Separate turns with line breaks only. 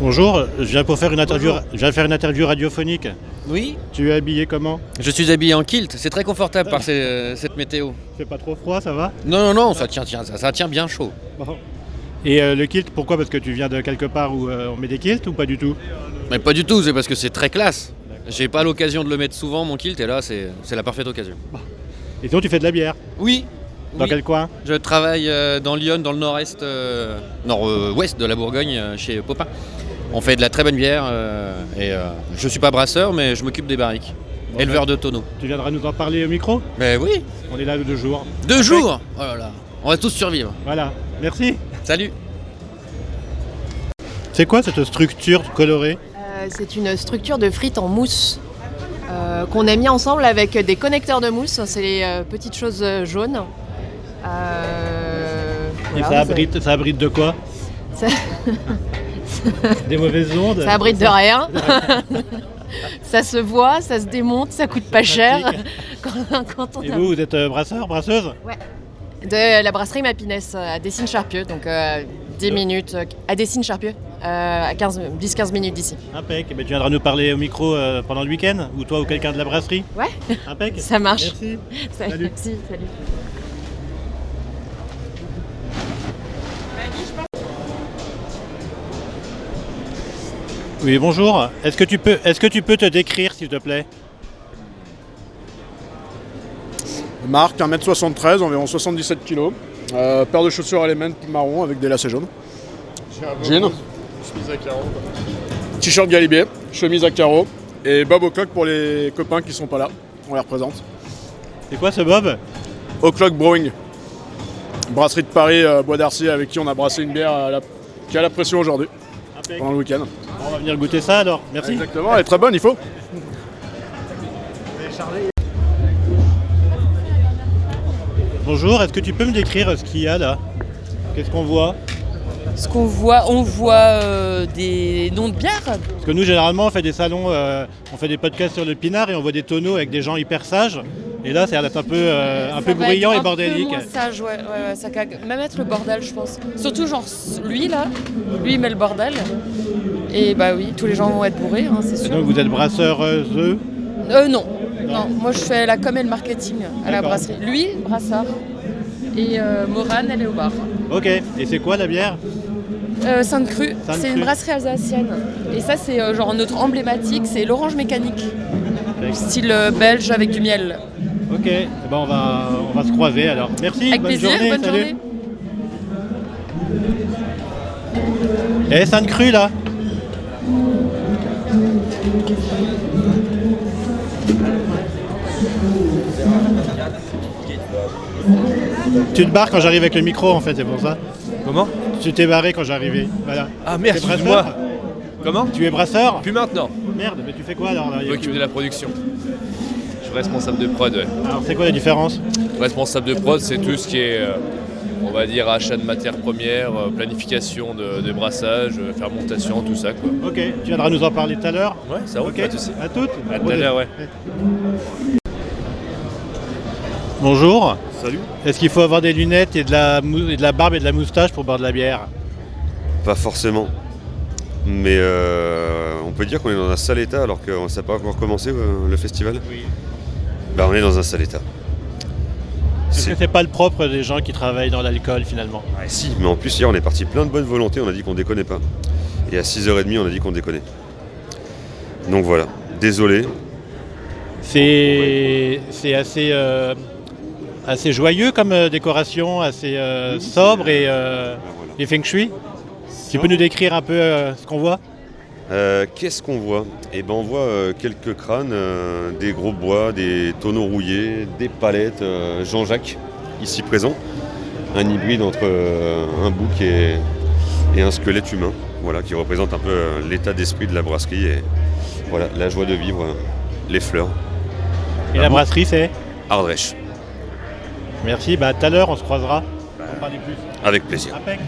Bonjour, je viens pour faire une interview, je viens faire une interview radiophonique.
Oui,
Tu es habillé comment
je suis habillé en kilt, c'est très confortable par ces- euh, cette météo.
Fait pas trop froid, ça va
Non, non, non, ça tient, tient, ça, ça tient bien chaud.
Et euh, le kilt, pourquoi Parce que tu viens de quelque part où euh, on met des kilts ou pas du tout
Mais pas du tout, c'est parce que c'est très classe. J'ai pas l'occasion de le mettre souvent, mon kilt, et là, c'est c'est la parfaite occasion.
Et sinon, tu fais de la bière.
Oui,
Dans
oui,
quel coin
je travaille euh, dans Lyon, dans le nord-est, euh, nord-ouest de la Bourgogne, euh, chez Popin. On fait de la très bonne bière, euh, et euh, je suis pas brasseur, mais je m'occupe des barriques.
Bon, ben.
Éleveur de tonneaux.
Tu viendras nous en parler au micro
Mais oui,
On est là deux jours.
deux jours Oh là là, on va tous survivre.
Voilà, merci.
Salut
C'est quoi cette structure colorée
Euh, C'est une structure de frites en mousse euh, qu'on a mis ensemble avec des connecteurs de mousse. C'est les euh, petites choses euh, jaunes. Euh,
Et
voilà,
ça
vous
abrite, ça abrite de quoi
Ça-
Des mauvaises ondes
avez- Ça abrite de rien. ça se voit, ça se démonte, ça coûte pas cher. quand, quand on
Et
a-
vous, vous êtes euh, brasseur, brasseuse
De la brasserie Mapinès à Dessines-Charpieu, donc euh, 10
De-
minutes euh, à Dessines-Charpieu, euh, à 15 10-15 minutes d'ici.
Impec. Eh ben, tu viendras nous parler au micro euh, pendant le week-end Ou toi ou quelqu'un de la brasserie
Ouais.
Impec.
Ça marche.
Merci. Salut.
Salut. Merci, salut.
Oui, bonjour. Est-ce que, tu peux, est-ce que tu peux te décrire, s'il te plaît
Marc, 1m73, environ 77 kg. Euh, paire de chaussures Element marron avec des lacets jaunes. Jean. T-shirt Galibier, chemise à carreaux. Et Bob O'Clock pour les copains qui sont pas là. On les représente.
C'est quoi ce Bob
O'Clock Brewing. Brasserie de Paris, euh, Bois d'Arcy, avec qui on a brassé une bière à la- qui a la pression aujourd'hui,
Impec.
pendant le week-end.
On va venir goûter ça alors. Merci.
Exactement, elle est très bonne, il faut.
Bonjour, est-ce que tu peux me décrire euh, ce qu'il y a là Qu'est-ce qu'on voit
Ce qu'on voit, on voit euh, des noms de bières.
Parce que nous, généralement, on fait des salons, euh, on fait des podcasts sur le pinard et on voit des tonneaux avec des gens hyper sages. Et là, ça a l'air d'être un peu, euh, un peu bruyant et bordélique.
Ça, ouais, ouais, ouais, ça cague. Même être le bordel, je pense. Surtout, genre, lui, là, lui, il met le bordel. Et bah oui, tous les gens vont être bourrés, hein, c'est
Et
sûr.
donc, vous êtes brasseur euh, eux
Euh, non. non, moi, je fais la com et le marketing à la
D'accord.
brasserie. Lui, brassard. Et euh, Morane, elle est au bar.
Ok. Et c'est quoi la bière
Euh, Sainte Crue,
Sainte
c'est
Crue.
une brasserie alsacienne. Et ça, c'est euh, genre notre emblématique, c'est l'orange mécanique.
D'accord.
Style euh, belge avec du miel.
Ok. Eh ben, on va, on va se croiser alors. Merci.
Avec
bonne
plaisir,
journée.
bonne
salut.
journée.
Eh, Sainte Crue là Tu te barres quand j'arrive avec le micro en fait, c'est pour ça.
Comment
Tu t'es barré quand j'arrivais. Voilà.
Ah merde,
T'es brasseur
excuse-moi Comment
Tu es brasseur
Plus maintenant
Merde, mais tu fais quoi alors là
Je m'occupe de la production. Je suis responsable de prod, ouais.
Alors c'est quoi la différence
Responsable de prod, c'est tout ce qui est, euh, on va dire, achat de matières premières, euh, planification de, de brassage, euh, fermentation, tout ça, quoi.
Ok, tu viendras nous en parler tout à l'heure.
Ouais, ça roule,
Ok,
pas de soucis.
à toutes.
À tout à l'heure, ouais.
Bonjour.
Salut.
Est-ce qu'il faut avoir des lunettes et de, la mou- et de la barbe et de la moustache pour boire de la bière
Pas forcément. Mais euh, on peut dire qu'on est dans un sale état alors qu'on ne sait pas encore commencé euh, le festival.
Oui.
Bah, on est dans un sale état.
Est-ce que
C'est-
c'est pas le propre des gens qui travaillent dans l'alcool finalement
Ah, si, mais en plus hier on est parti plein de bonne volonté, on a dit qu'on déconnait pas. Et à 6h30 on a dit qu'on déconnait. Donc voilà, désolé.
C'est c'est assez, euh, assez joyeux comme euh, décoration, assez euh, sobre et, euh,
Ah, voilà.
et feng shui. Tu peux nous décrire un peu euh, ce qu'on voit
Euh, Qu'est-ce qu'on voit Eh ben on voit euh, quelques crânes, euh, des gros bois, des tonneaux rouillés, des palettes, euh, Jean-Jacques, ici présent, un hybride entre euh, un bouc et, et un squelette humain, voilà, qui représente un peu euh, l'état d'esprit de la brasserie et voilà, la joie de vivre, euh, les fleurs.
Et la brasserie c'est
Ardèche,
Merci, bah tout à l'heure on se croisera. On parle plus.
avec plaisir.
Impec.